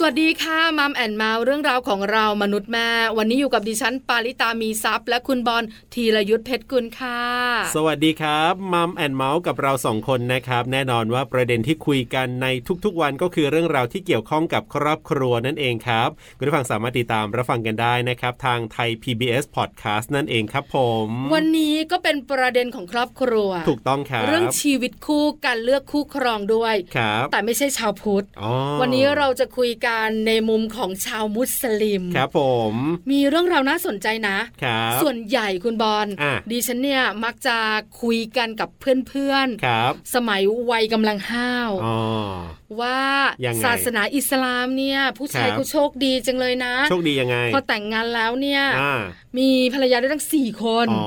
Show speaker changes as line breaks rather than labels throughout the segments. สวัสดีค่ะมัมแอนเมาส์เรื่องราวของเรามนุษย์แม่ วันนี้อยู่กับดิฉันปาริตามีซัพย์ และคุณบอลธีรยุทธเพชรกุลค่ะ
สวัสดีครับมัมแอนเมาส์กับเราสองคนนะครับ แน่นอนว่าประเด็นที่คุยกันในทุกๆวันก็คือเรื่องราวที่เกี่ยวข้องกับครอบครัวนั่นเองครับคุณผู้ฟังสามารถติดตามรับฟังกันได้นะครับ ทางไทย PBS Podcast นั่นเองครับผม
วันนี้ก็เป็นประเด็นของครอบครัว
ถูกต้องครับ
เรื่องชีวิตคู่การเลือกคู่ครองด้วย
ครับ
แต่ไม่ใช่ชาวพุทธ
อ๋อ
วันนี้เราจะคุยกันในมุมของชาวมุสลิม
ครับผม
มีเรื่องราวน่าสนใจนะ
ครับ
ส่วนใหญ่คุณบอล
อ่ะ
ดิฉันเนี่ยมักจะคุยกันกับเพื่อนๆ
ครับ
สมัยวัยกำลังห้าว
อ๋อ
ว่า
ยังไง
ศาสนาอิสลามเนี่ยผู้ชาย
ครับ
ก็โชคดีจังเลยนะ
โชคดียังไง
พอแต่งงานแล้วเนี่ย
อ่า
มีภรรยาได้ทั้งสี่คน
อ๋อ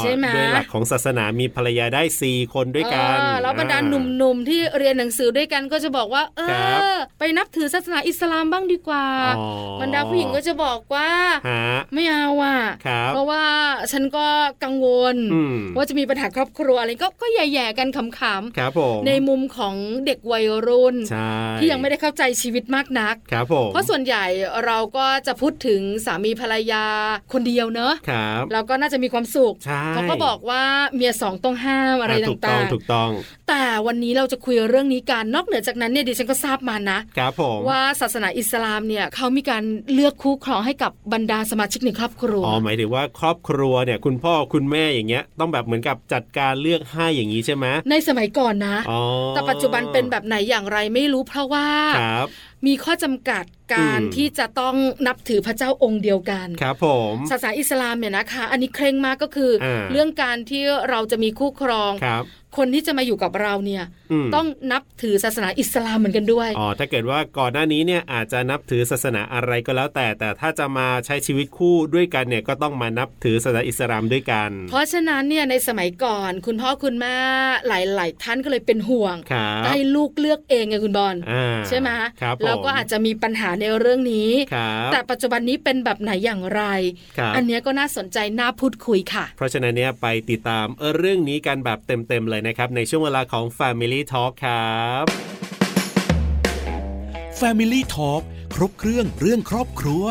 ใช่ไหม
ด้วยหลักของศาสนามีภรรยาได้สี่คนด้วยกัน
เออแล้วบรรดา
อ่
หนุ่มๆที่เรียนหนังสือด้วยกันก็จะบอกว่า เอ
ครั
อ
บ
ไปนับถือศาสนาอิสลามบ้างดีกว่า
อ๋อบ
รรดาผู้หญิงก็จะบอกว่า
ฮะ
ไม่เอาอ่ะ
ครับ
เพราะว่าฉันก็กังวล
อืม
ว่าจะมีปัญหาครอบครัวอะไรก็ก็แย่ๆกันขำ
ครับผม
ๆในมุมของเด็กวัยรุ่น
ใช่
ที่ยังไม่ได้เข้าใจชีวิตมากนัก
ครับผม
เพราะส่วนใหญ่เราก็จะพูดถึงสามีภรรยาคนเดียวเนอะ
ครับ
เราก็น่าจะมีความสุข
ใช่
เขาก็บอกว่าเมียสองต้องห้ามอะไร
ถูกต้อ
ต่าง ง
ถูกต้อง
ๆ แต่วันนี้เราจะคุยเรื่องนี้กันนอกเหนือจากนั้นเนี่ยดิฉันก็ทราบมานะ
ครับผม
ว่าศาสนาอิสลามเนี่ยเขามีการเลือกคู่ครองให้กับบรรดาสมาชิกในครอบครัว
อ๋อหมายถึงว่าครอบครัวเนี่ย คุณพ่อคุณแม่อย่างเงี้ย ต้องแบบเหมือนกับจัดการเลือกให้อย่างนี้ใช่ไหม
ในสมัยก่อนนะ
อ๋อ
แต่ปัจจุบันเป็นแบบไหนอย่างไรไม่รู้เพราะว่า
ครับ
มีข้อจำกัดการ
อืม
ที่จะต้องนับถือพระเจ้าองค์เดียวกัน
ครับผม
ศาสนาอิสลามเนี่ยนะคะ อันนี้เคร่งมากก็คือ
อ่า
เรื่องการที่เราจะมีคู่ครอง
ครับ
คนที่จะมาอยู่กับเราเนี่ย
ม
ต้องนับถือศาสนาอิสลามเหมือนกันด้วย
อ๋อถ้าเกิดว่าก่อนหน้านี้เนี่ยอาจจะนับถือศาสนาอะไรก็แล้วแต่ แต่ถ้าจะมาใช้ชีวิตคู่ด้วยกันเนี่ยก็ต้องมานับถือศาสนาอิสลามด้วยกัน
เพราะฉะนั้นเนี่ยในสมัยก่อน คุณพ่อคุณแม่หลาย ๆ ท่านก็เลยเป็นห่วง
ครับ
ให้ลูกเลือกเองไงคุณบอล
อ่า
ใช่ไหม
ครับ
แล้วก็
ผม
อาจจะมีปัญหาในเรื่องนี้
ครับ
แต่ปัจจุบันนี้เป็นแบบไหนอย่างไร
ครับ
อันเนี้ยก็น่าสนใจน่าพูดคุยค่ะ
เพราะฉะนั้นเนี่ยไปติดตามเออเรื่องนี้กันแบบเต็ม ๆ เลยนะครับ ในช่วงเวลาของ Family Talk ครับ
Family Talk ครบเครื่องเรื่องครอบครัว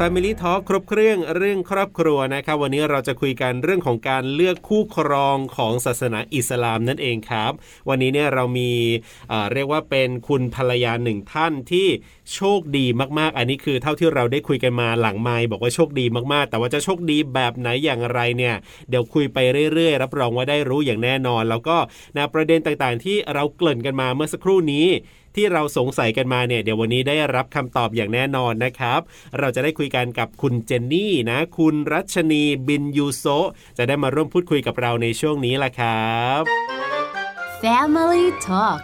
Family Talk ครบเครื่องเรื่องครอบครัวนะครับ วันนี้เราจะคุยกันเรื่องของการเลือกคู่ครองของศาสนาอิสลามนั่นเองครับ วันนี้เนี่ยเรามีเอ่อเรียกว่าเป็นคุณภรรยาหนึ่งท่านที่โชคดีมากๆ อันนี้คือเท่าที่เราได้คุยกันมาหลังไมค์บอกว่าโชคดีมากๆ แต่ว่าจะโชคดีแบบไหนอย่างไรเนี่ยเดี๋ยวคุยไปเรื่อยๆ รับรองว่าได้รู้อย่างแน่นอน แล้วก็ในประเด็นต่างๆ ที่เราเกริ่นกันมาเมื่อสักครู่นี้ ที่เราสงสัยกันมาเนี่ยเดี๋ยววันนี้ได้รับคำตอบอย่างแน่นอนนะครับ เราจะได้คุยกันกับคุณเจนนี่นะ คุณรัชนีบินยูโซะจะได้มาร่วมพูดคุยกับเราในช่วงนี้ล่ะครับ
Family Talk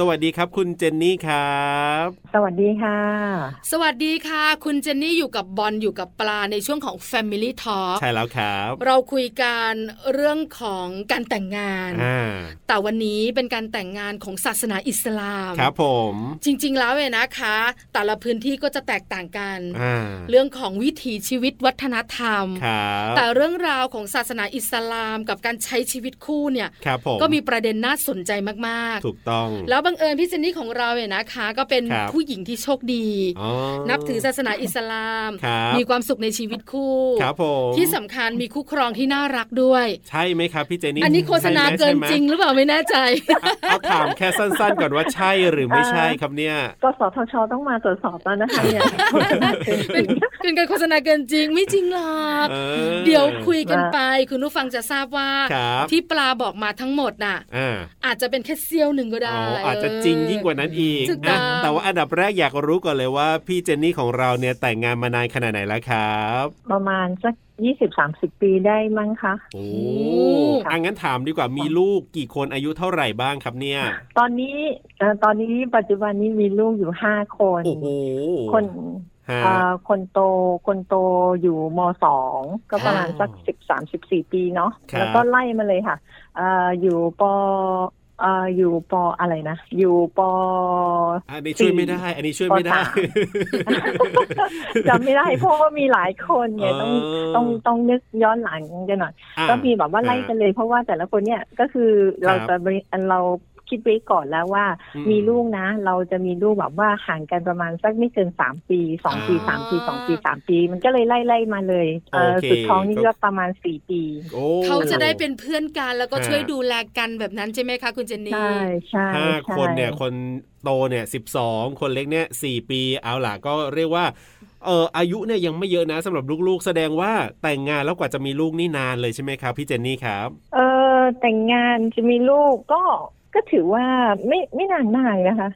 สวัสดีครับคุณเจนนี่ครับ
สวัสดีค่ะ
สวัสดีค่ะ คุณเจนนี่อยู่กับบอลอยู่กับปลาในช่วงของ Family Talk
ใช่แล้วครับ
เราคุยกันเรื่องของการแต่งงาน
อ่า
แต่วันนี้เป็นการแต่งงานของศาสนาอิสลาม
ครับผม
จริงๆแล้วเนี่ยนะคะ แต่ละพื้นที่ก็จะแตกต่างกัน
อ่า
เรื่องของวิถีชีวิตวัฒนธรรม
ครับ
แต่เรื่องราวของศาสนาอิสลาม กับการใช้ชีวิตคู่เนี่ย
ครับผม
ก็มีประเด็นน่าสนใจมาก
ถูกต้อง
ๆ แล้วบังเอิญพี่เจนนี่ของเราเนี่ยนะคะ ก็เป็น
ครับ
ผู้หญิงที่โชคดี
อ๋อ
นับถือศาสนาอิสลาม
ครับ
มีความสุขในชีวิตคู่
ครับผม
ที่สำคัญมีคู่ครองที่น่ารักด้วย
ใช่ไหมครับพี่เจนนี่
อันนี้โฆษณา
ใช่ไหม
เกิน
ใช่ไหม
จริงหรือเปล่าไม่แน่ใจ
เอาเอาถามแค่สั้นๆก่อนว่าใช่หรือไม่ใช่ครับเนี่ย
กสทช ต้องมาตรวจสอบแล้วนะคะเนี่ย
เป็นเป็นการโฆษณาเกินจริงไม่จริงหรอก
เออ
เดี๋ยวคุยกันไป คุณผู้ฟังจะทราบว่า
ครับ
ที่ปลาบอกมาทั้งหมดน่ะ
อ่า
อาจจะเป็นแค่เซี่ยวหนึ่งก็ได้
อ๋ออาจจะจริงยิ่งกว่านั้นอีก
ถูกต้อ
นะ
ง
แต่ว่าอันดับแรกอยากรู้ก่อนเลยว่าพี่เจนนี่ของเราเนี่ยแต่งงานมานานขนาดไหนแล้วครับ
ประมาณสักยี่สิบสามสิบปีได้มั้งคะ
โอ้อังั้นถามดีกว่ามีลูกกี่คนอายุเท่าไหร่บ้างครับเนี่ย
ตอนนี้เอ่อตอนนี้ปัจจุบันนี้มีลูกอยู่ห้าคน
โอ้โห
คน
ฮะ
เอ่อคนโตคนโตอยู่มสองก็ประมาณ
อ๋อ
สักสิบสามสิบสี่ปีเนาะ
ครับ
แล้วก็ไล่มาเลยค่ะเอ่ออยู่ป เอ่ออยู่ปออะไรนะ อยู่ ปอ
อันนี้ช่วยไม่ได้ อันนี้ช่วยไม่ได้
ข้อ จำไม่ได้เพราะว่ามีหลายคนไงต้อง
เออ
ต้องต้องนึกย้อนหลังกันหน่อย
อ่ะ
ก็มีแบบว่าไล่กันเลย เพราะว่าแต่ละคนเนี่ยก็คือเรา
ครับ
จะบริเราคิดไว้ก่อนแล้วว่า
อืม
มีลูกนะ เราจะมีลูกแบบว่าห่างกันประมาณสักไม่เกินสามปีสองปี
อ่า
สามปีสองปีสามปี มันก็เลยไล่ไล่มาเลยเออ
โอเค
สุดท้องนี่ก็ประมาณสี่ปี
โอ้
เขาจะได้เป็นเพื่อนกันแล้วก็
ฮะ
ช่วยดูแลกันแบบนั้นใช่ไหมคะคุณเจนนี่
ใช่ใช่
ห้า
ใช่
คนเนี่ยคนโตเนี่ยสิบสองคนเล็กเนี่ยสี่ปีเอาล่ะก็เรียกว่าเอออายุเนี่ยยังไม่เยอะนะสำหรับลูกๆ แสดงว่าแต่งงานแล้วกว่าจะมีลูกนี่นานเลยใช่ไหมครับพี่เจนนี่ครับ
เออแต่งงานจะมีลูกก็ก็ถือว่าไม่ไม่นานมากนะคะ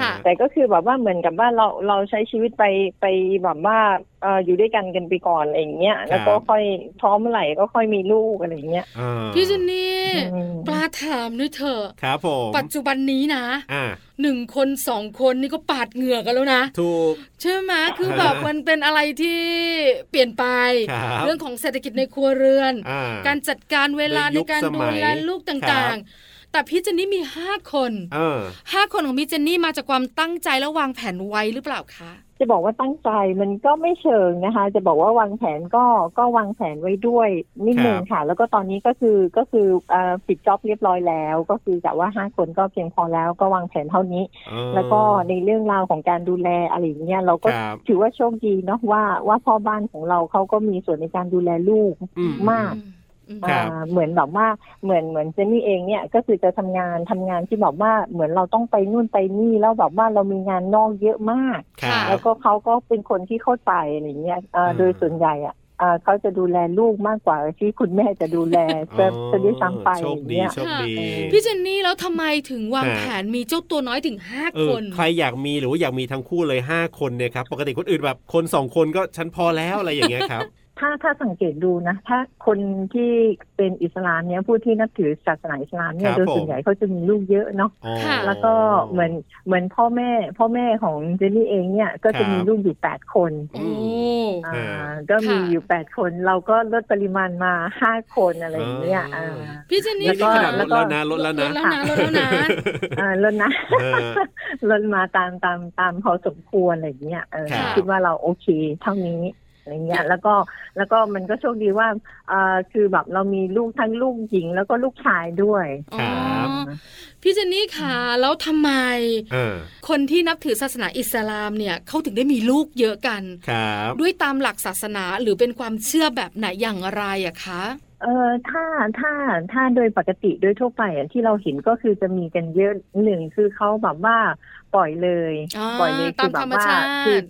ค่ะ
แต่ก็คือแบบว่าเหมือนกับว่าเราเราใช้ชีวิตไปไปแบบว่าเอออยู่ด้วยกันกันไปก่อนอะไรอย่างเงี้ยแล้วก็
ครับ
ค่อยพร้อมเมื่อไหร่ก็ค่อยมีลูกอะไรอย่างเงี้ย
อ่า
พี่เจนนี่
อืม
ปลาถามด้วยเถอะ
ครับผม
ปัจจุบันนี้นะ
อ่า
หนึ่งคนสองคนนี่ก็ปาดเหงื่อกันแล้วนะ
ถูก
ใช่ไหมคือแบบมันเป็นอะไรที่เปลี่ยนไป
ครับ
เรื่องของเศรษฐกิจในครัวเรือน
อ่า
การจัดการเวลาใน
ในยุค
การ
สมั
ดู
ย
แลลูก
ครั่
ตา
บ
งๆ แต่พี่เจนนี่มีห้าคน
เออ
ห้าคนของพี่เจนนี่มาจากความตั้งใจและวางแผนไว้หรือเปล่าคะ
จะบอกว่าตั้งใจมันก็ไม่เชิงนะคะ จะบอกว่าวางแผนก็ก็วางแผนไว้ด้วยนิดนึง
ครับ
ค่ะ แล้วก็ตอนนี้ก็คือก็คือเอ่อปิดจ็อบเรียบร้อยแล้ว ก็คือแต่ว่าห้าคนก็เพียงพอแล้วก็วางแผนเท่านี้
เออ
แล้วก็ในเรื่องราวของการดูแลอะไรอย่างเงี้ยเราก็
ครับ
ถือว่าโชคดีเนาะว่าว่าพ่อบ้านของเราเขาก็มีส่วนในการดูแลลูก
อืม
มาก
อืม
ครับ
อ่าเหมือนแบบว่าเหมือนเหมือนเจนนี่เองเนี่ยก็คือจะทำงานทำงานที่แบบว่าเหมือนเราต้องไปนู่นไปนี่แล้วแบบว่าเรามีงานนอกเยอะมาก
ครั
ะ
แล้ว
บ
ก็เขาก็เป็นคนที่เข้าใจอะไรเงี้ยเอ่อ
อืม
โดยส่วนใหญ่อะเอ่อเขาจะดูแลลูกมากกว่าที่คุณแม่จะดูแล
อ๋อ
จะจะด้วยซ้ำไป
โช
อ
ค
ย่าง
ดี
เงี้ย
โชคดี
พี่เจนนี่แล้วทำไมถึงวาง
ฮะ
แผนมีเจ้าตัวน้อยถึงห้า
เอ
ค
อน ใครอยากมีหรือว่าอยากมีทั้งคู่เลย 5 คนเนี่ยครับปกติคนอื่นแบบคนสองคนก็ฉันพอแล้วอะไรอย่างเงี้ยครับ
ถ้าถ้าสังเกตดูนะ ถ้าคนที่เป็นอิสลามเนี่ยผู้ที่นับถือศาสนาอิสลามเนี่
ค
ย
รับ
โดยส่ว
ผม
นใหญ่เขาจะมีลูกเยอะเนาะ
อ๋อ
ค่ะ
แล้วก็เหมือนเหมือนพ่อแม่ พ่อแม่ของเจนนี่เองเนี่ยก็
ครั
จะ
บ
มีลูกอยู่แปดคน
โอ้
อ่า
อ่า
ก็มี
ค่ะ
อยู่แปดคน เราก็ลดปริมาณมาห้าคนอะไรอย่างเงี้ย
อ่า
อ่า
พี่เจนนี่
นี่ข
แล้
นาดล
ว
ดแล้
ก็
วนะลดแล้วนะ
ลดแล้วนะลดแล้ว นะ
อ่า ลดนะ
เออ
ลดมาตามตามตามพอสมควรอะไรอย่างเงี้ยเออ
ครับ
คิดว่าเราโอเคเท่านี้อะไรเงี้ยแล้วก็แล้วก็มันก็โชคดีว่าเอ่อคือแบบเรามีลูกทั้งลูกหญิงแล้วก็ลูกชายด้วย
ครั
อ๋อบ พี่เจนนี่ค่ะแล้วทำไม
เออ
คนที่นับถือศาสนาอิสลามเนี่ยเขาถึงได้มีลูกเยอะกัน
ครับ
ด้วยตามหลักศาสนาหรือเป็นความเชื่อแบบไหนอย่างไรอะคะ
เออถ้าถ้าถ้าโดยปกติโดยทั่วไปอะที่เราเห็นก็คือจะมีกันเยอะหนึ่งคือเขาแบบว่าปล่อยเลย
อ่า
ปล่อยเลยคื
ตาม
อแบ
ธร
บ
รม
ว่า
ชา
คื
ติ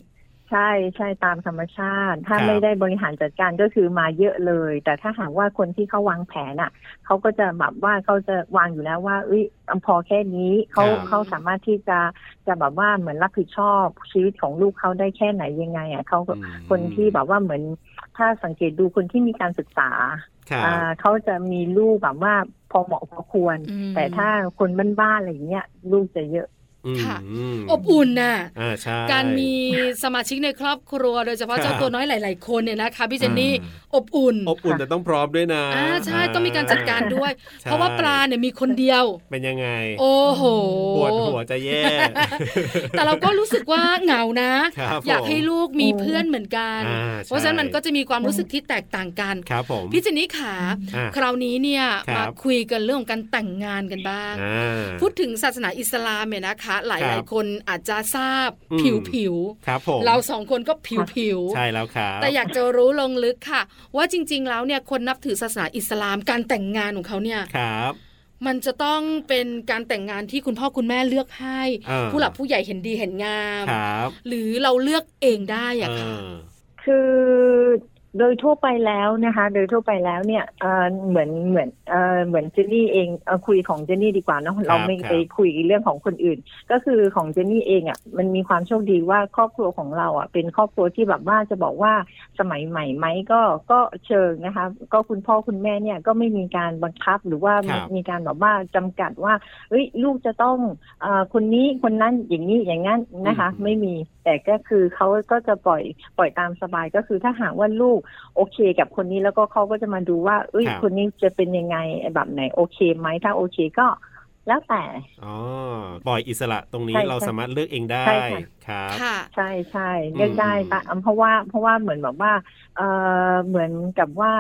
ใช่ใช่ตามธรรมชาติ ถ้า
ครับ
ไม่ได้บริหารจัดการก็คือมาเยอะเลย แต่ถ้าหากว่าคนที่เขาวางแผนอ่ะ เขาก็จะแบบว่าเขาจะวางอยู่แล้วว่าเอ้ยพอแค่นี้เขา
ครับ
เขาสามารถที่จะจะแบบว่าเหมือนรับผิดชอบชีวิตของลูกเขาได้แค่ไหนยังไงอ่ะเขาก็
อืม
คนที่แบบว่าเหมือนถ้าสังเกตดูคนที่มีการศึกษา
ครับ
อ่าเขาจะมีลูกแบบว่าพอเหมาะพอควร
อืม
แต่ถ้าคนบ้านๆอะไรอย่างเงี้ยลูกจะเยอะ
ค่ะ
อืม
อบอุ่นน่ะ
อ่าใช่
การมีสมาชิกในครอบครัว โดยเฉพาะ
ครับ
เจ้าตัวน้อยหลาย ๆ คนเนี่ยนะคะพี่เจนนี่
อืม
อบอุ่น
อบอุ่นแต่ต้องพร้อมด้วยนะ
อ่าใช่ต้องมีการจัดการด้วย
ใช่
เพราะว่าปลาเนี่ยมีคนเดียว
เป็นยังไง
โอ้โห
ปวดหัวจะแย่
แต่เราก็รู้สึกว่าเหงานะ
ครับ
อยากให้
ผม
ลูกมีเพื่อนเหมือนกัน
อ่าใช่
เพราะฉะนั้นมันก็จะมีความรู้สึกที่แตกต่างกัน
ครับผม
พี่เจนนี่ขา
อ่า
คราวนี้เนี่ย
ครั
มา
บ
คุยกันเรื่องของการแต่งงานกันบ้าง
อ่า
พูดถึงศาสนาอิสลามเนี่ยนะคะ ห
ครั
ลาย
บ
ๆ คนอาจจะทราบ
อืม
ผิวผิวๆ
ครับผม
เราสองคนก็ผิวผิวๆ
ใช่แล้วครับ
แต่อยากจะรู้ลงลึกค่ะ ว่าจริง ๆ แล้วเนี่ยคนนับถือศาสนาอิสลามการแต่งงานของเขาเนี่ย
ครับ
มันจะต้องเป็นการแต่งงานที่คุณพ่อคุณแม่เลือกให้
อ่า
ผู้หลักผู้ใหญ่เห็นดีเห็นงาม
ครับ
หรือเราเลือกเองได้อะค่ะ
า
คือโดยทั่วไปแล้วนะคะ โดยทั่วไปแล้วเนี่ยเอ่อเหมือนเหมือนเอ่อเหมือนเจนนี่เองเอ่อคุยของเจนนี่ดีกว่าเนาะเราไม่
ครับ
ไปคุยเรื่องของคนอื่น ก็คือของเจนนี่เองอ่ะมันมีความโชคดีว่าครอบครัวของเราอ่ะเป็นครอบครัวที่แบบว่าจะบอกว่าสมัยใหม่ไหมก็ก็เชิงนะคะ ก็คุณพ่อคุณแม่เนี่ยก็ไม่มีการบังคับหรือว่า
ครับ
มีการแบบว่าจำกัดว่าเอ้ยลูกจะต้องเออคนนี้คนนั้นอย่างนี้อย่างนั้นนะคะ
อืม
ไม่มีแต่ก็คือเขาก็จะปล่อยปล่อยตามสบายก็คือถ้าหากว่าลูกโอเคกับคนนี้แล้วก็เขาก็จะมาดูว่าเอ้ย
ครับ
คนนี้จะเป็นยังไงแบบไหนโอเคไหมถ้าโอเคก็ แล้วแต่
อ๋อปล่อยอิสระตรงนี้
ใช่ค่ะ
เราสามารถเลือกเองได้
ใช่
ค
ค่ะ
รับ
ค่ะ
ใช่ใช่
อืม
เลือกได้ตามเพราะว่าเพราะว่าเหมือนแบบว่าเออเหมือนกับว่า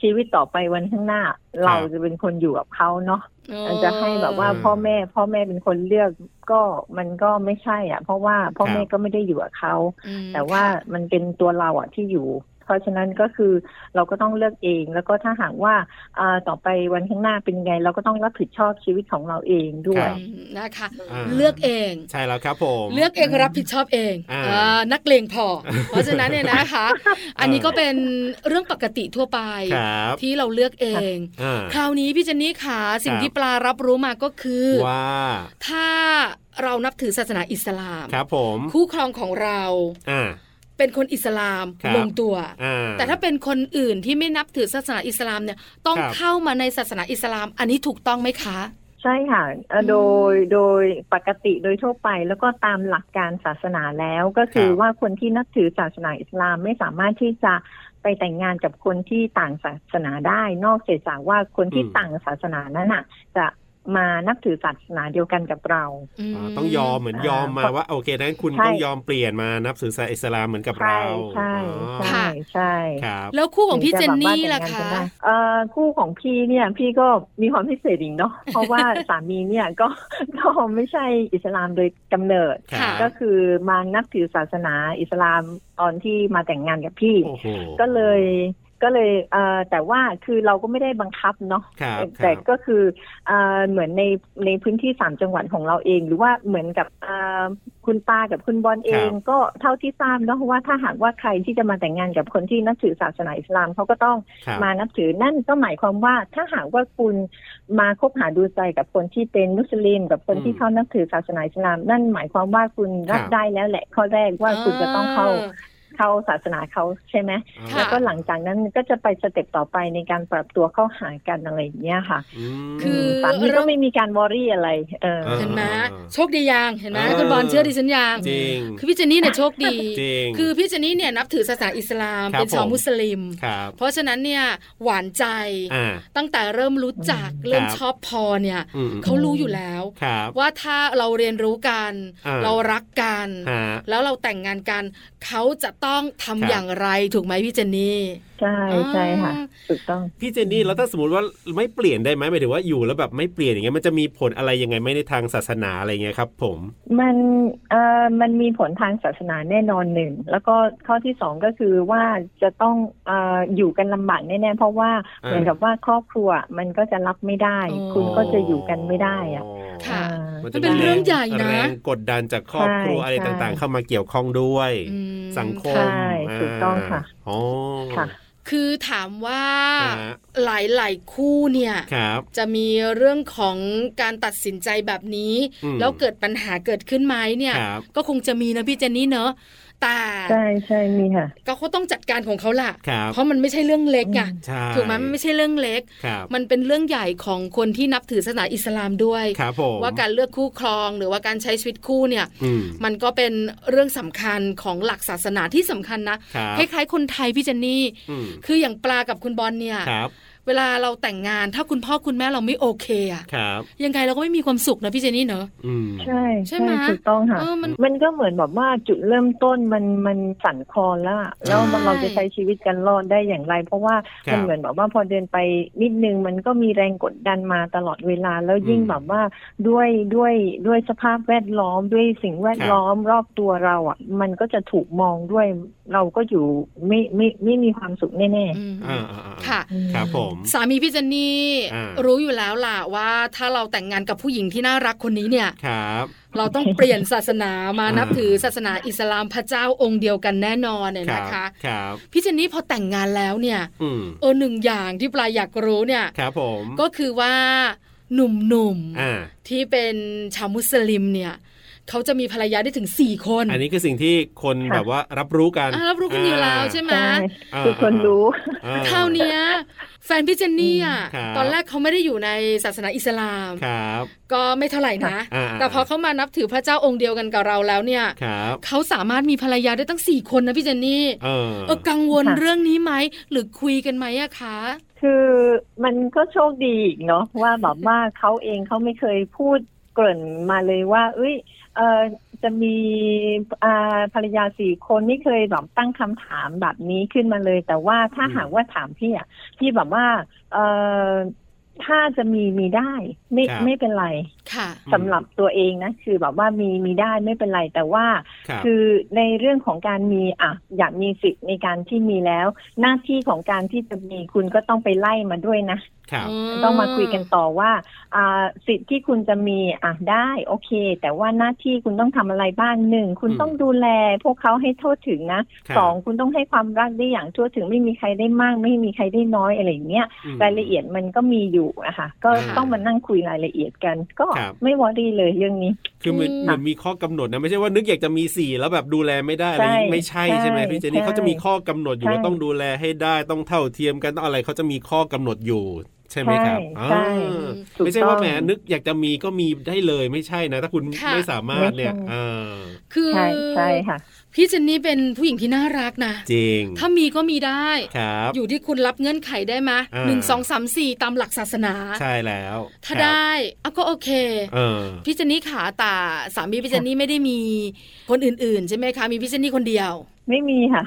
ชีวิตต่อไปวันข้างหน้า เราจะเป็นคนอยู่กับเขาเนาะมันจะให้แบบว่า
อืม
พ่อแม่ พ่อแม่เป็นคนเลือกก็มันก็ไม่ใช่อ่ะ เพราะว่าพ่อแม่
ครับ
ก็ไม่ได้อยู่กับเขา
อืม
แต่ว่า
ค่ะ
มันเป็นตัวเราอะที่อยู่ เพราะฉะนั้นก็คือเราก็ต้องเลือกเอง แล้วก็ถ้าหากว่าอ่าต่อไปวันข้างหน้าเป็นไง เราก็ต้องรับผิดชอบชีวิตของเราเองด้ว
ค
ย
รับ
อืมนะคะ
อ่า
เลือกเอง
ใช่แล้วครับผม
เลือกเองรับผิดชอบเอง
อ่า
เออนักเลงพอ เพราะฉะนั้นเนี่ยนะคะ อันนี้ก็เป็นเรื่องปกติทั่วไป
ครับ
ที่เราเลือกเอง
อ่า
คราวนี้พี่เจนนี่ขาสิ่ง
ครับ
ที่ปลารับรู้มาก็คือ
ว่า
ถ้าเรานับถือศาสนาอิสลาม
ครับผม
คู่ครองของเรา
อ่า
เป็นคนอิสลาม
ครับ
ลงตัว
อ่า
แต่ถ้าเป็นคนอื่นที่ไม่นับถือศาสนาอิสลามเนี่ยต้อง
ครับ
เข้ามาในศาสนาอิสลาม อันนี้ถูกต้องไหมคะ
ใช่ค่ะเอ่อ
อืม
โดยโดยปกติโดยทั่วไปแล้วก็ตามหลักการศาสนาแล้วก็คือ
ครับ
ว่าคนที่นับถือศาสนาอิสลามไม่สามารถที่จะไปแต่งงานกับคนที่ต่างศาสนาได้ นอกเสียจากว่าคนที่
อืม
ต่างศาสนานั้นน่ะ จะมานับถือศาสนาเดียวกันกับเรา
อ่าต้องยอมเหมือนยอมมา
อ่า
ว่าโอเคนั้นคุณ
ใช่
ต้องยอมเปลี่ยนมานับถือศาสนาอิสลามเหมือนกับ
ใช่
เรา
ใช่
อ๋อ
ใช่
ค่ะ
ใช่
ครับ
แล้วคู่ของพี่เจนนี่ล่ะ
ถึง
คะ
จแบบว่าแต่งงานกันได้เอ่อคู่ของพี่เนี่ยพี่ก็มีความพิเศษอีกเนาะเพราะว่า สามีเนี่ยก็ก็ไม่ใช่อิสลามโดยกำเนิด
ค
ค่ะ
รับ
ก็คือมานับถือศาสนาอิสลามตอนที่มาแต่งงานกับพี่
โอ้โห
ก็เลยก็เลยเอ่อแต่ว่าคือเราก็ไม่ได้บังคับเนาะ
ครับ
แต่
ค
แต่
รับ
ก็คือเอ่อเหมือนในในพื้นที่สามจังหวัดของเราเอง หรือว่าเหมือนกับเอ่อคุณปากับคุณบอลเอง
ครับ
ก็เท่าที่ทราบเนาะว่าถ้าหากว่าใครที่จะมาแต่งงานกับคนที่นับถือศาสนาอิสลามเขาก็ต้อง
ครับ
มานับถือนั่นก็หมายความว่าถ้าหากว่าคุณมาคบหาดูใจกับคนที่เป็นมุสลิม กับคน
อืม
ที่เข้านับถือศาสนาอิสลาม นั่นหมายความว่าคุณรั
ค
บ
รับ
ได้แล้วแหละข้อแรกว่าคุณจะต้องเข้าเข้าศาสนาเขาใช่ไหม
อ๋อ
ค่ะ
แล้วก็หลังจากนั้นก็จะไปสเต็ปต่อไปในการปรับตัวเข้าหากันอะไรอย่างเงี้ยค่ะ
อืม
คือ
สามีก็ไม่มีการวอรี่อะไรเออ
เออ
เห็นไหมโชคดียางเห็นไหม
เออ
คุณบอลเชื่อดิฉันยาง
จริง
คือพี่เจนนี่เนี่ยโชคดี
จริง
คือพี่เจนนี่เนี่ยนับถือศาสนาอิสลาม
ครับ
เป็นชาว
ผม
มุสลิม
ครับ
เพราะฉะนั้นเนี่ยหวานใจ
อ่า
ตั้งแต่เริ่มรู้จักเริ่มชอบพอเนี่ย
อืม
เขารู้อยู่แล้ว
ครับ
ว่าถ้าเราเรียนรู้กัน
อ่า
เรารักกัน
ฮะ
แล้วเราแต่งงานกันเขาจะต้องทำ
ครับ
อย่างไรถูกไหมพี่เจนนี่
ใช่ใช่ค่ะ
อ่า
ถูกต้อง
พี่เจนนี่แล้วถ้าสมมติว่าไม่เปลี่ยนได้ไหมหมายถึงว่าอยู่แล้วแบบไม่เปลี่ยนอย่างเงี้ยมันจะมีผลอะไรยังไงไหม่ในทางศาสนาอะไรเงี้ยครับ ผม
มันเอ่อมันมีผลทางศาสนาแน่นอนหนึ่ง แล้วก็ข้อที่สองก็คือว่าจะต้องเอ่ออยู่กันลำบากแน่ๆเพราะว่า
อ่า
เหมือนกับว่าครอบครัวมันก็จะรับไม่ได้
อ๋อ
คุณก็จะอยู่กันไม่ได้อะ
ค่ะ
อ่า
มันเป็นเรื่องใหญ่นะ
แรงกดดันจากครอบครัว
ใช่
อะไรต่างๆ
ใช่
เข้ามาเกี่ยวข้องด้วย
อืม
สังคม
ใช่
ะ
า
ถูกต้องค่ะ
อ๋อ
ค่ะ
คือถามว่า
ฮะ
หลายๆคู่เนี่ย
ครับ
จะมีเรื่องของการตัดสินใจแบบนี้
อืม
แล้วเกิดปัญหาเกิดขึ้นไหมเนี่ย
ครับ
ก็คงจะมีนะพี่เจนนี่เนอะแต่
ใช่ใช่มีค่ะ
ก็เขาต้องจัดการของเขาล่ะ
ครับ
เพราะมันไม่ใช่เรื่องเล็กไง
ใช่
ถูกไหมมันไม่ใช่เรื่องเล็ก
ครับ
มันเป็นเรื่องใหญ่ของคนที่นับถือศาสนาอิสลามด้วย
ครับผม
ว่าการเลือกคู่ครองหรือว่าการใช้ชีวิตคู่เนี่ย
อืม
มันก็เป็นเรื่องสำคัญของหลักศาสนาที่สำคัญนะครับ คล้ายๆ คนไทยพี่เจนนี่
อืม
คืออย่างปลากับคุณบอลเนี่ย
ครับ
เวลาเราแต่งงานถ้าคุณพ่อคุณแม่เราไม่โอเคอะ
ครับ
ยังไงเราก็ไม่มีความสุขนะพี่เจนนี่เนอะ
อืม
ใช่
ใช่ไหม
ถูกต้องค่ะ
เออมัน
มันก็เหมือนแบบว่าจุดเริ่มต้นมันมันสั่นคลอนแล้วอะแล้วมัน
ใช่
เราจะใช้ชีวิตกันรอดได้อย่างไร เพราะว่า
ครับ
มันเหมือนแบบว่าพอเดินไปนิดนึงมันก็มีแรงกดดันมาตลอดเวลา แล้วยิ่ง
อืม
แบบว่าด้วยด้วยด้วยสภาพแวดล้อมด้วยสิ่งแวดล้อมรอบตัวเราอ่ะ มันก็จะถูกมองด้วย เราก็อยู่ไม่ไม่ไม่มีความสุขแน่
อืม
อ่าอ่าอ่า
ค่ะ
ๆอืม
ครับผม
สามีพี่เจนนี่
อ่า
รู้อยู่แล้วล่ะว่าถ้าเราแต่งงานกับผู้หญิงที่น่ารักคนนี้เนี่ย
ครับ
เราต้องเปลี่ยนศาสนามา
อ่านั
นับถือศาสนาอิสลามพระเจ้าองค์เดียวกันแน่นอนเนี่ย
ครั
นะคะ
ครับ
พี่เจนนี่พอแต่งงานแล้วเนี่ย
อืม
เออหนึ่งอย่างที่ปลายอยากรู้เนี่ย
ครับผม
ก็คือว่าหนุ่ม
อ่า
ๆที่เป็นชาวมุสลิมเนี่ยเขาจะมีภรรยาได้ถึงสี่คน
อันนี้คือสิ่งที่คน
ค่ะ
แบบว่ารับรู้กัน
อ่ะรับรู้กันอยู่แล้วใช่ไหม
ใช่
อ่า
คือคนรู้
อ่
คราวเนี้ยแฟนพี่เจนนี่อ่ะ
ครับ
ตอนแรกเขาไม่ได้อยู่ในศาสนาอิสลาม
ครับ
ก็ไม่เท่าไหร่นะ
อ่า
แต่พอเขามานับถือพระเจ้าองค์เดียวกันกับเราแล้วเนี่ย
ครับ
เขาสามารถมีภรรยาได้ตั้งสี่คนนะพี่เจนนี่
เออ
เออกังวล
ค่ะ
เรื่องนี้ไหมหรือคุยกันไหมอะคะ
คือมันก็โชคดีอีก เนาะว่าแบบว่าเขาเองเขาไม่เคยพูดเกริ่นมาเลยว่า เอ้ยเออจะมีอ่าภรรยาสี่คนไม่เคยแบบตั้งคำถามแบบนี้ขึ้นมาเลย แต่ว่าถ้า
อืม
หากว่าถามพี่อ่ะพี่แบบว่าเออถ้าจะมีมีได้ ไม่
ครับ
ไม่เป็นไร
ค่ะ
สำหรับตัวเองนะคือแบบว่ามีมีได้ไม่เป็นไรแต่ว่า
ครับ
คือในเรื่องของการมีอ่ะอยากมีสิทธิ์ในการที่มีแล้ว หน้าที่ของการที่จะมีคุณก็ต้องไปไล่มาด้วยนะ
ครับ
ต้องมาคุยกันต่อว่าอ่าสิทธิ์ที่คุณจะมีอ่ะได้โอเค แต่ว่าหน้าที่คุณต้องทำอะไรบ้างหนึ่งคุณต้องดูแล พวกเขาให้ทั่วถึงนะครับ สองคุณต้องให้ความรักได้อย่างทั่วถึงไม่มีใครได้มาก ไม่มีใครได้น้อยอะไรอย่างเงี้ย
อืม
รายละเอียดมันก็มีอยู่อะค่ะก็
อ่า
ต้องมานั่งคุยรายละเอียดกัน ก็
ครับ
ไม่วอรี่เลยเรื่องนี้
คือเหมือน
อืม
เหมือนมีข้อกำหนดนะไม่ใช่ว่านึกอยากจะมีสี่แล้วแบบดูแลไม่ได้อะไร
ใช่
ไม่ใช่ใช่ไหม
ใช่
พี่เจนี่
ใช่
เขาจะมีข้อกำหนดอยู่
ใช่
ว่าต้องดูแลให้ได้ต้องเท่าเทียมกันต้องอะไรเขาจะมีข้อกำหนดอยู่ใช่ไหมครับ
ใช่
อ่า
ใช่
ไม่ใช่ว่า
ถูกต้อง
แหมนึกอยากจะมีก็มีได้เลยไม่ใช่นะ ถ้าคุณ
ค่ะ
ไม่สามารถเนี่ย
ไม่ใช่
อ่า
คือ
ใช่ใช่ค่ะ
พี่เจนนี่เป็นผู้หญิงที่น่ารักนะ
จริง
ถ้ามีก็มีได้
ครับ
อยู่ที่คุณรับเงื่อนไขได้ไหม
อ่า
หนึ่งสองสามสี่ตามหลักศาสนา
ใช่แล้ว
ถ้า
ครับ
ได้อ่ะก็โอเค
เออ
พี่เจนนี่ขาแต่สามีพี่เจนนี่ไม่ได้มีคนอื่นๆ ใช่ไหมคะ มีพี่เจนนี่คนเดียว
ไม่มีค่ะ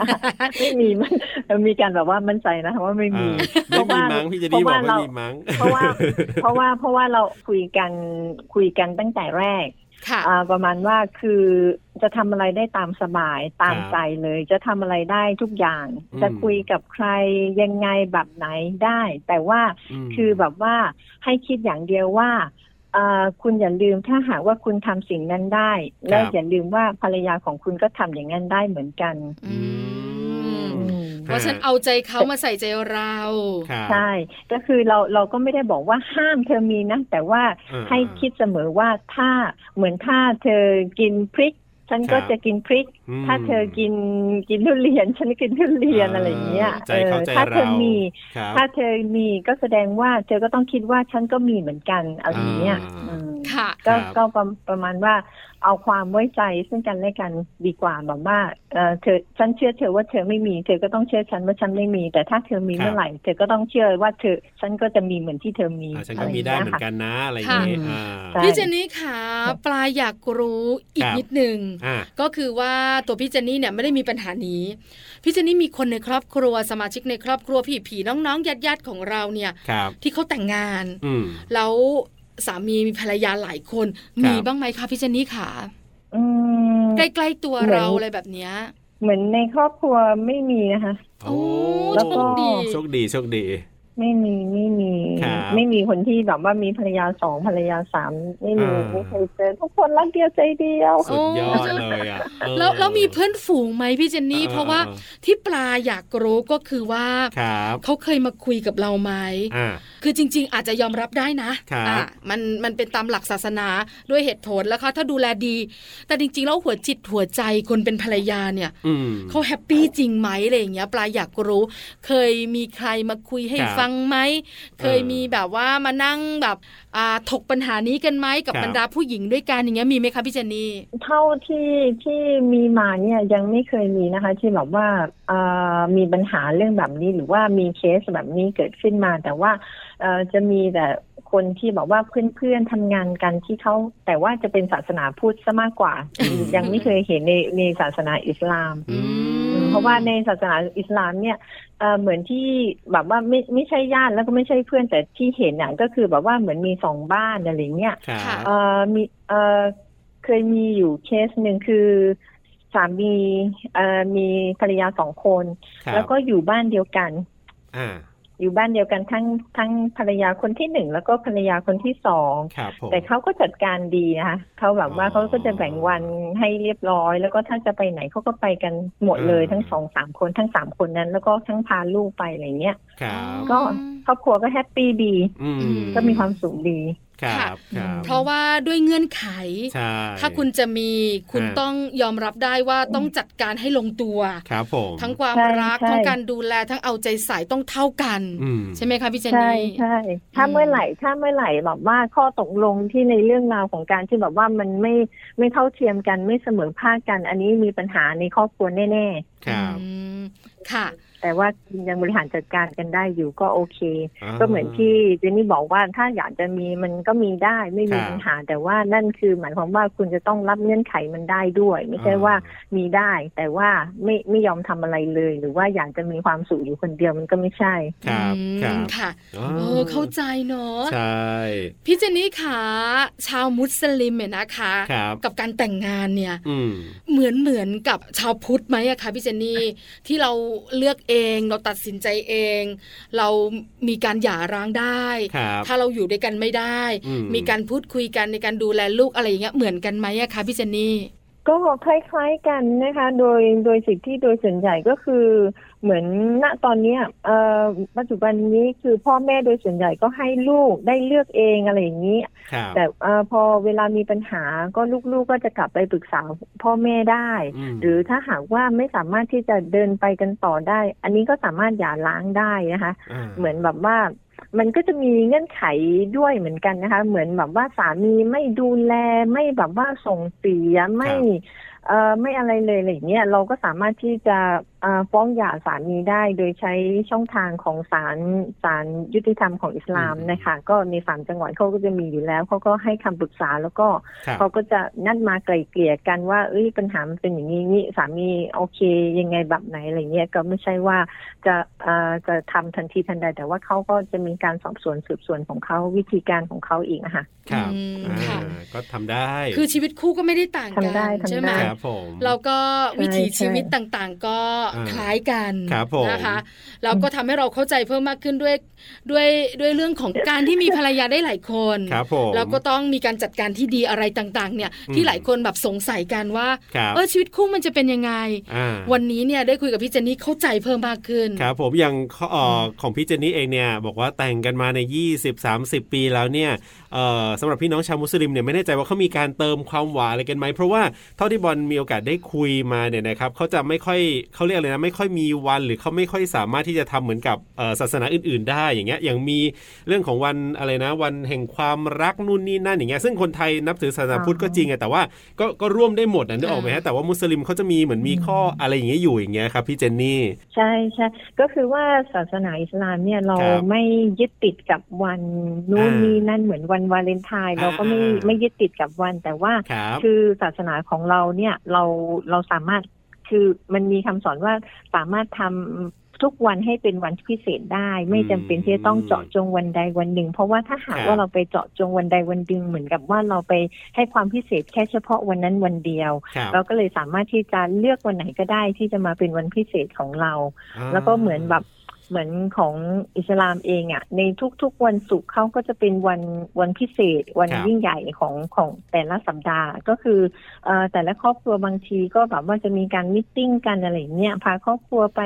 ไม่มีมันมีการแบบว่ามั่นใจนะคะว่าไม่มี
อ่าไม่มีมั้งพี่เจนี่บอกไม่มีมั้ง
เพราะว่าเพราะว่าเพราะว่าเราคุยกันคุยกันตั้งแต่แรก
ค่ะ
อ่าประมาณว่าคือจะทำอะไรได้ตามสบายตาม
ครับ
ใจเลย จะทำอะไรได้ทุกอย่าง
อืม
จะคุยกับใครยังไงแบบไหนได้ แต่ว่าม คือแบบว่าให้คิดอย่างเดียวว่าอ่าคุณอย่าลืมถ้าหากว่าคุณทำสิ่งนั้นได้ แล้ว
ครับ
อย่าลืมว่าภรรยาของคุณก็ทำอย่างนั้นได้เหมือนกัน
อืม
อืม
เพราะฉันเอาใจเขามาใส่ใจเรา
ครับ
ใช่ ก็คือเราเราก็ไม่ได้บอกว่าห้ามเธอมีนะ แต่ว่า
อ่า
ให้คิดเสมอว่าถ้าเหมือนถ้าเธอกินพริก ฉันก็
ครับ
จะกินพริก
อืม
ถ้าเธอกินกินทุเรียน ฉันกินทุเรียนา อะไรอย่างเงี้ย
ใจ
เออ
เข้าใจ
ถ้าเธอ
เรา
มี
ครับ
ถ้าเธอมีก็แสดงว่าเธอก็ต้องคิดว่าฉันก็มีเหมือนกันอะไรอย่างเงี้ย
อ่า
อืม
ค่ะ
ก็
ครับ
ก็ประประมาณว่าเอาความไว้ใจซึ่งกันและกันดีกว่าแบบว่าเออเธอฉันเชื่อเธอว่าเธอไม่มี เธอก็ต้องเชื่อฉันว่าฉันไม่มี แต่ถ้าเธอมี
ครับ
เมื่อไหร่ เธอก็ต้องเชื่อว่าเธอฉันก็จะมีเหมือนที่เธอมี
อ่าฉัน
อะ
ก็
ไรอย่าง
มีได้
เงี้ย
เหมือน
ค่ะ
กันนะอะไรอย่างงี้
ค่ะ
อ่า
ใช่
พี่เจนนี่ค่ะปลาอยากรู้อีก
ครับ
นิดหนึ่ง
อ่า
ก็คือว่าตัวพี่เจนนี่เนี่ยไม่ได้มีปัญหานี้ พี่เจนนี่มีคนในครอบครัวสมาชิกในครอบครัวพี่ผีน้องๆญาติญาติๆของเราเนี่ย
ครับ
ที่เขาแต่งงาน
อืม
แล้วสามีมีภรรยาหลายคน
ครับ
มีบ้างไหมคะพี่เจนนี่ค่ะ
อืม
ใกล้ๆตัว
เหมือน
เราอะไรแบบเนี้ย
เหมือนในครอบครัวไม่มีนะคะ
โอ้
แล้
โช
ว
ค
ก็
ดี
โชคดีโชคดี
ไม่มีไม่มี
ครับ
ไม่มีคนที่แบบว่ามีภรรยาสองภรรยาสามไม่มี
อ่า
ไม่เคยเจอทุกคนรักเดียวใจเดียว
สุดยอดเลยอ่ะเออ
แล้วแล้วมีเพื่อนฝูงไหมพี่เจนนี่
ออ
เพราะว่า
ออ
ที่ปลาอยากรู้ก็คือว่า
ครับ
เขาเคยมาคุยกับเราไหม
อ่า
คือจริง ๆ อาจจะยอมรับได้นะครับ อ่ะมันมันเป็นตามหลักศาสนาด้วยเหตุผลแล้วเขาถ้าดูแลดี แต่จริง ๆ แล้วหัวจิตหัวใจคนเป็นภรรยาเนี่ย
อืม
เขาแฮปปี้จริงไหมอะไรอย่างเงี้ยปลาอยากรู้ เคยมีใครมาคุยให้
ครับ
ฟังไหม เคยมีแบบว่ามานั่งแบบอ่าถกปัญหานี้กันไหมกับ
ครับ
บรรดาผู้หญิงด้วยกันอย่างเงี้ยมีไหมคะพี่เจนนี่
เท่าที่ที่มีมาเนี่ยยังไม่เคยมีนะคะ ที่แบบว่าเอ่อมีปัญหาเรื่องแบบนี้หรือว่ามีเคสแบบนี้เกิดขึ้นมา แต่ว่าเอ่อจะมีแต่คนที่บอกว่าเพื่อนๆทำงานกันที่เขาแต่ว่าจะเป็นศาสนาพุทธซะมากกว่า
อืม
ยังไม่เคยเห็นในในศาสนาอิสลาม
อื
อืม
เพราะว่าในศาสนาอิสลามเนี่ยเอ่อเหมือนที่แบบว่าไม่ไม่ใช่ญาติแล้วก็ไม่ใช่เพื่อนแต่ที่เห็นอ่ะก็คือแบบว่าเหมือนมีสองบ้านอะไรเงี้ย
ครับ
เออมีเออเคยมีอยู่เคสหนึ่งคือสามีเออมีภรรยาสองคน
ครับ
แล้วก็อยู่บ้านเดียวกัน
อ่า
อยู่บ้านเดียวกันทั้งทั้งภรรยาคนที่หนึ่งแล้วก็ภรรยาคนที่สอง
ครับผม
แต่เขาก็จัดการดีนะคะเขาแบบว่า
อ๋อ
เขาก็จะแบ่งวันให้เรียบร้อย แล้วก็ถ้าจะไปไหนเขาก็ไปกันหมดเลย
อ่า
ทั้งสองสามคนทั้งสามคนนั้น แล้วก็ทั้งพาลูกไปอะไรเงี้ย
ครับ
ก็ครอบครัวก็แฮปปี้ดี
อืม
ก็มีความสุขดี
ครับครับ
เพราะว่าด้วยเงื่อนไข
ใช่
ถ้าคุณจะมีคุณ
อ่า
ต้องยอมรับได้ว่าต้องจัดการให้ลงตัว
ครับผม
ทั้งความ
ใช่
รัก
ใช่
ทั้งการดูแลทั้งเอาใจใส่ต้องเท่ากัน
อืม
ใช่ไหมคะพี่เจน
ใช่
นี่
ใช่ถ้า
อืม
เมื่อไหร่ถ้าเมื่อไหร่แบบว่าข้อตกลงที่ในเรื่องราวของการที่แบบว่ามันไม่ไม่เท่าเทียมกันไม่เสมอภาคกัน อันนี้มีปัญหาในครอบครัวแน่
ครับ
อืม ค่ะ
แต่ว่ายังบริหารจัดการกันได้อยู่ก็โอเค
อ่า
ก็เหมือนที่เจนนี่บอกว่าถ้าอยากจะมีมันก็มีได้ไม่มี
ครับ
ปัญหา แต่ว่านั่นคือหมายความว่าคุณจะต้องรับเงื่อนไขมันได้ด้วย ไม่ใช่ว่ามีได้ แต่ว่าไม่ไม่ยอมทำอะไรเลย หรือว่าอยากจะมีความสุขอยู่คนเดียวมันก็ไม่ใช่
ครับ
อืม
ครับ
ค่ะ
อ๋อ
เออเข้าใจเนาะ
ใช่
พี่เจนนี่ค่ะ ชาวมุสลิมเนี่ยนะคะ
ครับ
กับการแต่งงานเนี่ย
อืม
เหมือนเหมือนกับชาวพุทธไหมอะคะพี่เจน นี่ที่เราเลือกเองเราตัดสินใจเอง เรามีการหย่าร้างได้
ครับ
ถ้าเราอยู่ด้วยกันไม่ได้
อืม
มีการพูดคุยกันในการดูแลลูกอะไรอย่างเงี้ยเหมือนกันไหมอะคะพี่เจนนี่
ก็คล้ายๆกันนะคะ โดยโดยสิทธิโดยส่วนใหญ่ก็คือ เหมือนณตอนเนี้ยเอ่อปัจจุบันนี้คือพ่อแม่โดยส่วนใหญ่ก็ให้ลูกได้เลือกเองอะไรอย่างนี้
ครับ
แต่เอ่อพอเวลามีปัญหาก็ลูกๆก็จะกลับไปปรึกษาพ่อแม่ได้
ม
หรือถ้าหากว่าไม่สามารถที่จะเดินไปกันต่อได้ อันนี้ก็สามารถหย่าร้างได้นะคะ
อ่า
เหมือนแบบว่ามันก็จะมีเงื่อนไขด้วยเหมือนกันนะคะ เหมือนแบบว่าสามีไม่ดูแลไม่แบบว่าส่งเสียไม่เอ่อไม่อะไรเลยอะไรอย่างเงี้ยเราก็สามารถที่จะเอ่อฟ้องหย่าสามีได้ โดยใช้ช่องทางของศาลศาลยุติธรรมของอิสลามนะคะ ก็ในศาลจังหวัดเขาก็จะมีอยู่แล้วเขาก็ให้คำปรึกษาแล้วก็
ครับ
เขาก็จะนัดมาไกลเกลี่ยกันว่าเอ้ยปัญหามันเป็นอย่างนี้นี่สามีโอเค ยังไงแบบไหนอะไรเงี้ยก็ไม่ใช่ว่าจะเอ่อจะทำทันทีทันใด แต่ว่าเขาก็จะมีการสอบสวนสืบสวนของเขาวิธีการของเขาอีกนะคะ
ครับ
อืม
อ่า
ค่ะ
ก็ทำได้
คือชีวิตคู่ก็ไม่ได้ต่างกั
ทำได้
น
ทำ
ใช่ไหม
ได้
ครับผม
แล้วก็วิถี
ใช่ใช่
ชีวิตต่างๆ ก็
อ่า
คล้ายกัน
ครับผม
นะคะแล้วก็ทำให้เราเข้าใจเพิ่มมากขึ้นด้วยด้วยด้วยเรื่องของการที่มีภรรยาได้หลายคน
ครับผม
แล้วก็ต้องมีการจัดการที่ดีอะไรต่างๆ เนี่ย
อืม
ที่หลายคนแบบสงสัยกันว่า
ครับ
เออชีวิตคู่มันจะเป็นยังไง
อ่า
วันนี้เนี่ยได้คุยกับพี่เจนนี่เข้าใจเพิ่มมากขึ้น
ครับผมอย่างข้อเอ่อของพี่เจนนี่เองเนี่ย บอกว่าแต่งกันมาใน 20-30 ปีแล้วเนี่ยเอ่อสำหรับพี่น้องชาวมุสลิมเนี่ยไม่แน่ใจว่าเขามีการเติมความหวานอะไรกันไหม เพราะว่าเท่าที่บอลมีโอกาสได้คุยมาเนี่ยนะครับเขาจะไม่ค่อยเขาเรียกอะไรนะไม่ค่อยมีวันหรือเขาไม่ค่อยสามารถที่จะทำเหมือนกับเอ่อศาสนาอื่น ๆ ได้อย่างเงี้ยอย่างมี เรื่องของวันอะไรนะ วันแห่งความรักนู่นนี่นั่นอย่างเงี้ยซึ่งคนไทยนับถือศาสนาพุทธก็จริงอะแต่ว่าก็ก็ร่วมได้หมดนะนึกออกไหมฮะแต่ว่ามุสลิมเขาจะมีเหมือนมีข้ออะไรอย่างเงี้ยอยู่อย่างเงี้ยครับพี่เจนนี่
ใช่ใช่ก็คือว่าศาสนาอิสลามเนี่ยเรา
ครับ
ไม่ยึดติดกับวันนู่
อ่า
น
นี่
นี่นั่นเหมือนวันวาเลนไทน์
อ่า
เราก็ไม่
อ่า
ไม่ยึดติดกับวันแต่ว่า
ครับ
คือศาสนาของเราเนี่ยเราเราสามารถคือมันมีคำสอนว่าสามารถทำทุกวันให้เป็นวันพิเศษได้ ไม่จำเป็นที่จะต้องเจาะจงวันใดวันหนึ่ง เพราะว่าถ้าหากว่าเราไปเจาะจงวันใดวันหนึ่งเหมือนกับว่าเราไปให้ความพิเศษแค่เฉพาะวันนั้นวันเดียว
ครับ
เราก็เลยสามารถที่จะเลือกวันไหนก็ได้ที่จะมาเป็นวันพิเศษของเรา
อ่า
แล้วก็เหมือนแบบเหมือนของอิสลามเองอะ่ะ ในทุกๆวันศุกร์เขาก็จะเป็นวันวันพิเศษ วัน
ครับ
ยิ่งใหญ่ของของแต่ละสัปดาห์ก็คือเออแต่ละครอบครัวบางทีก็แบบว่าจะมีการมิทติ้งกันอะไรอย่างเงี้ยพาครอบครัวไป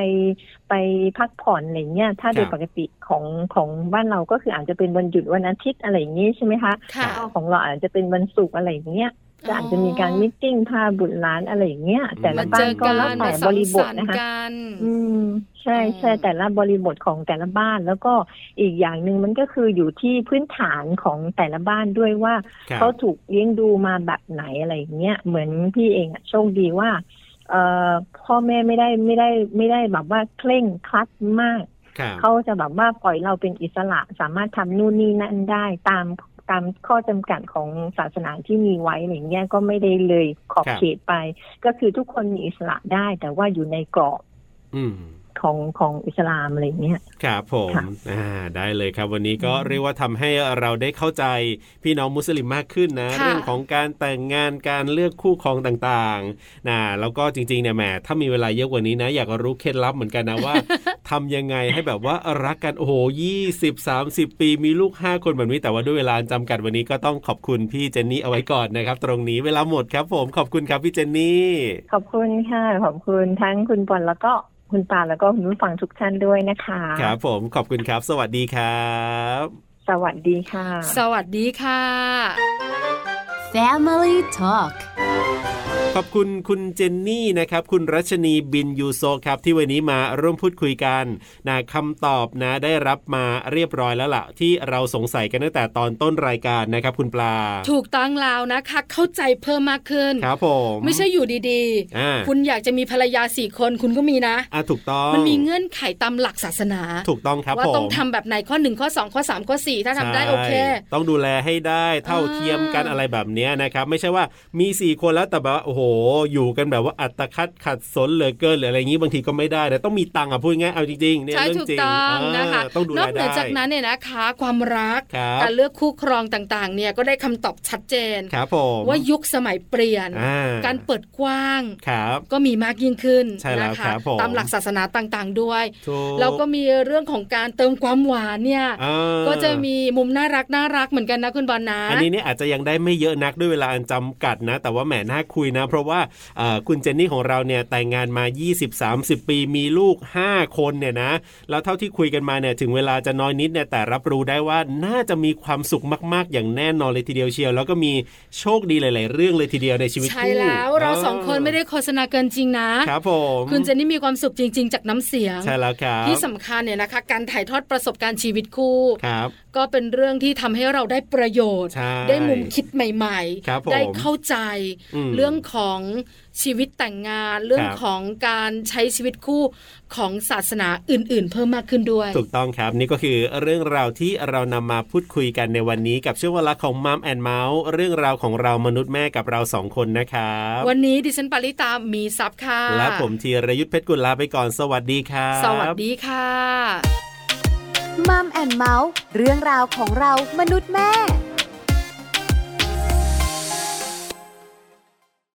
ไปพักผ่อนอะไรเงี้ยถ้าโด
ค
ย
รับ
ปกติของของบ้านเราก็คืออาจจะเป็นวันหยุดวันอาทิตย์อะไรอย่างงี้ใช่ไหมคะ
ค่ะ
ก็ของเราอาจจะเป็นวันศุกร์อะไรอย่างเงี้ยก็อาจจะมีการมิทติ้งพาบุตรหลานอะไรอย่างเงี้ยแต่ละ
มา
บ้า
เจ
น
อ
ก็
กัน
แล้วแต่
มา
บ
สัง
ริบ
ส
ท
รรค์
นะคะ
กัน
อืมใช่ใช่
อืม
แต่ละบริบทของแต่ละบ้านแล้วก็อีกอย่างหนึ่งมันก็คืออยู่ที่พื้นฐานของแต่ละบ้านด้วยว่า
ครับ
เขาถูกเลี้ยงดูมาแบบไหนอะไรอย่างเงี้ยเหมือนพี่เองอะโชคดีว่าเอ่อพ่อแม่ไม่ได้ไม่ได้ไม่ได้แบบว่าเคร่งครัดมาก
ครับ
เขาจะแบบว่าปล่อยเราเป็นอิสระสามารถทำนู่นนี่นั่นได้ตามตามข้อจำกัดของศาสนาที่มีไว้อะไรอย่างเงี้ยก็ไม่ได้เลยขอบเขตไป ก็คือทุกคนมีอิสระได้ แต่ว่าอยู่ในกรอบ
อืม
ของของอิสลามอะไรเงี้ย
ครับผม
ค่ะ
อ่าได้เลยครับวันนี้ก็
อืม
เรียกว่าทำให้เราได้เข้าใจพี่น้องมุสลิมมากขึ้นนะ
ค่ะ
เรื่องของการแต่งงานการเลือกคู่ครองต่างๆนะแล้วก็จริงๆเนี่ยแหมถ้ามีเวลาเยอะกว่านี้นะ อยากรู้เคล็ดลับเหมือนกันนะว่า ทำยังไงให้แบบว่ารักกันโอ้โหยี่สิบสามสิบปีมีลูก 5 คนแบบนี้แต่ว่าด้วยเวลาจำกัดวันนี้ก็ต้องขอบคุณพี่เจนนี่เอาไว้ก่อนนะครับ ตรงนี้เวลาหมดครับผมขอบคุณครับพี่เจนนี่
ขอบคุณค่ะ ขอบคุณทั้งคุณบอลแล้วก็คุณปาแล้วก็คุณผู้ฟังทุกท่านด้วยนะคะ
ครับผมขอบคุณครับ สวัสดีครับ
สวัสดีค่ะ
สวัสดีค่ะ
Family Talk
อบคุณคุณเจนนี่นะครับ คุณรัชนีบินยูโซครับ ที่วันนี้มาร่วมพูดคุยกันนะคำตอบนะได้รับมาเรียบร้อยแล้วล่ะ ที่เราสงสัยกันตั้งแต่ตอนต้นรายการนะครับ คุณปลา
ถูกต้องแล้วนะคะ เข้าใจเพิ่มมากขึ้น
ครับผม
ไม่ใช่อยู่ดี
อ่า
คุณอยากจะมีภรรยาสี่คนคุณก็มีนะ
อ่าถูกต้อง
มันมีเงื่อนไขตามหลักศาสนา
ถูกต้องครับ
ว่า
ผม
ต้องทำแบบไหนข้อหนึ่งข้อสองข้อสามข้อสี่ถ้าทำได้โอเค
ใช่ต้องดูแลให้ได้เท่าเทียมกัน
อ่า
อะไรแบบเนี้ยนะครับ ไม่ใช่ว่ามีสี่คนแล้วแต่แบบว่าโอ้โห อยู่กันแบบว่าอัตคัดขัดสนเหลือเกินหรืออะไรอย่างงี้บางทีก็ไม่ได้นะต้องมีตังค์อ่ะพูดง่ายๆเอาจริงๆเนี่ย
ใช่
เรื่
ถู
อง
ก
จริง
ต้อง
เออ
นะคะ
ต้องดู
น
แล
อกเหนื
ได้
อจากนั้นเนี่ยนะคะ ความรัก
ครับ
การเลือกคู่ครองต่างๆ เนี่ยก็ได้คำตอบชัดเจน
ครับผม
ว่ายุคสมัยเปลี่ยน
อ่
การเปิดกว้าง
ครับ
ก็มีมากยิ่งขึ้น
ใช่แล้ว
นะ
ค
คะ
รับผม
ตามหลักศาสนาต่างๆด้วย
ถู
แล้วก็มีเรื่องของการเติมความหวานเนี่ย
อ่า
ก็จะมีมุมน่ารักน่ารักเหมือนกันนะคุณบอลนะ
อันนี้เนี่ยอาจจะยังได้ไม่เยอะนักด้วยเวลาอันจำกัดนะ แต่ว่าแหมน่าคุยนะ เพราะว่าเอ่อคุณเจนนี่ของเราเนี่ยแต่งงานมา 20-30 ปีมีลูก 5 คนเนี่ยนะ แล้วเท่าที่คุยกันมาเนี่ยถึงเวลาจะน้อยนิดเนี่ยแต่รับรู้ได้ว่าน่าจะมีความสุขมาก ๆ อย่างแน่นอนเลยทีเดียวเชียว แล้วก็มีโชคดีหลาย ๆ เรื่องเลยทีเดียวในชีวิต
ใช่
คู่
แล้วเราสองคนไม่ได้โฆษณาเกินจริงนะ
ครับผม
คุณเจนนี่มีความสุขจริง ๆ จากน้ำเสียง
ใช่แล้วครับ
ที่สำคัญเนี่ยนะคะ การถ่ายทอดประสบการณ์ชีวิตคู่
ครับ
ก็เป็นเรื่องที่ทำให้เราได้ประโยชน์
ใช่
ได้มุมคิดใหม่
ครับผม
ได้เข้าใจ
อืม
เรื่องของชีวิตแต่งงาน เรื่อง
ครับ
ของการใช้ชีวิตคู่ของศาสนาอื่น ๆ เพิ่มมากขึ้นด้วย
ถูกต้องครับนี่ก็คือเรื่องราวที่เรานำมาพูดคุยกันในวันนี้กับช่วงเวลาของมัมแอนเมาส์เรื่องราวของเรามนุษย์แม่กับเราสองคนนะครับ
วันนี้ดิฉันปาริตามีซับค่ะ
และผมธีรยุทธเพชรกุลลาไปก่อนสวัสดีครับ
สวัสดีค่ะ
มัมแอนเมาส์เรื่องราวของเรามนุษย์แม่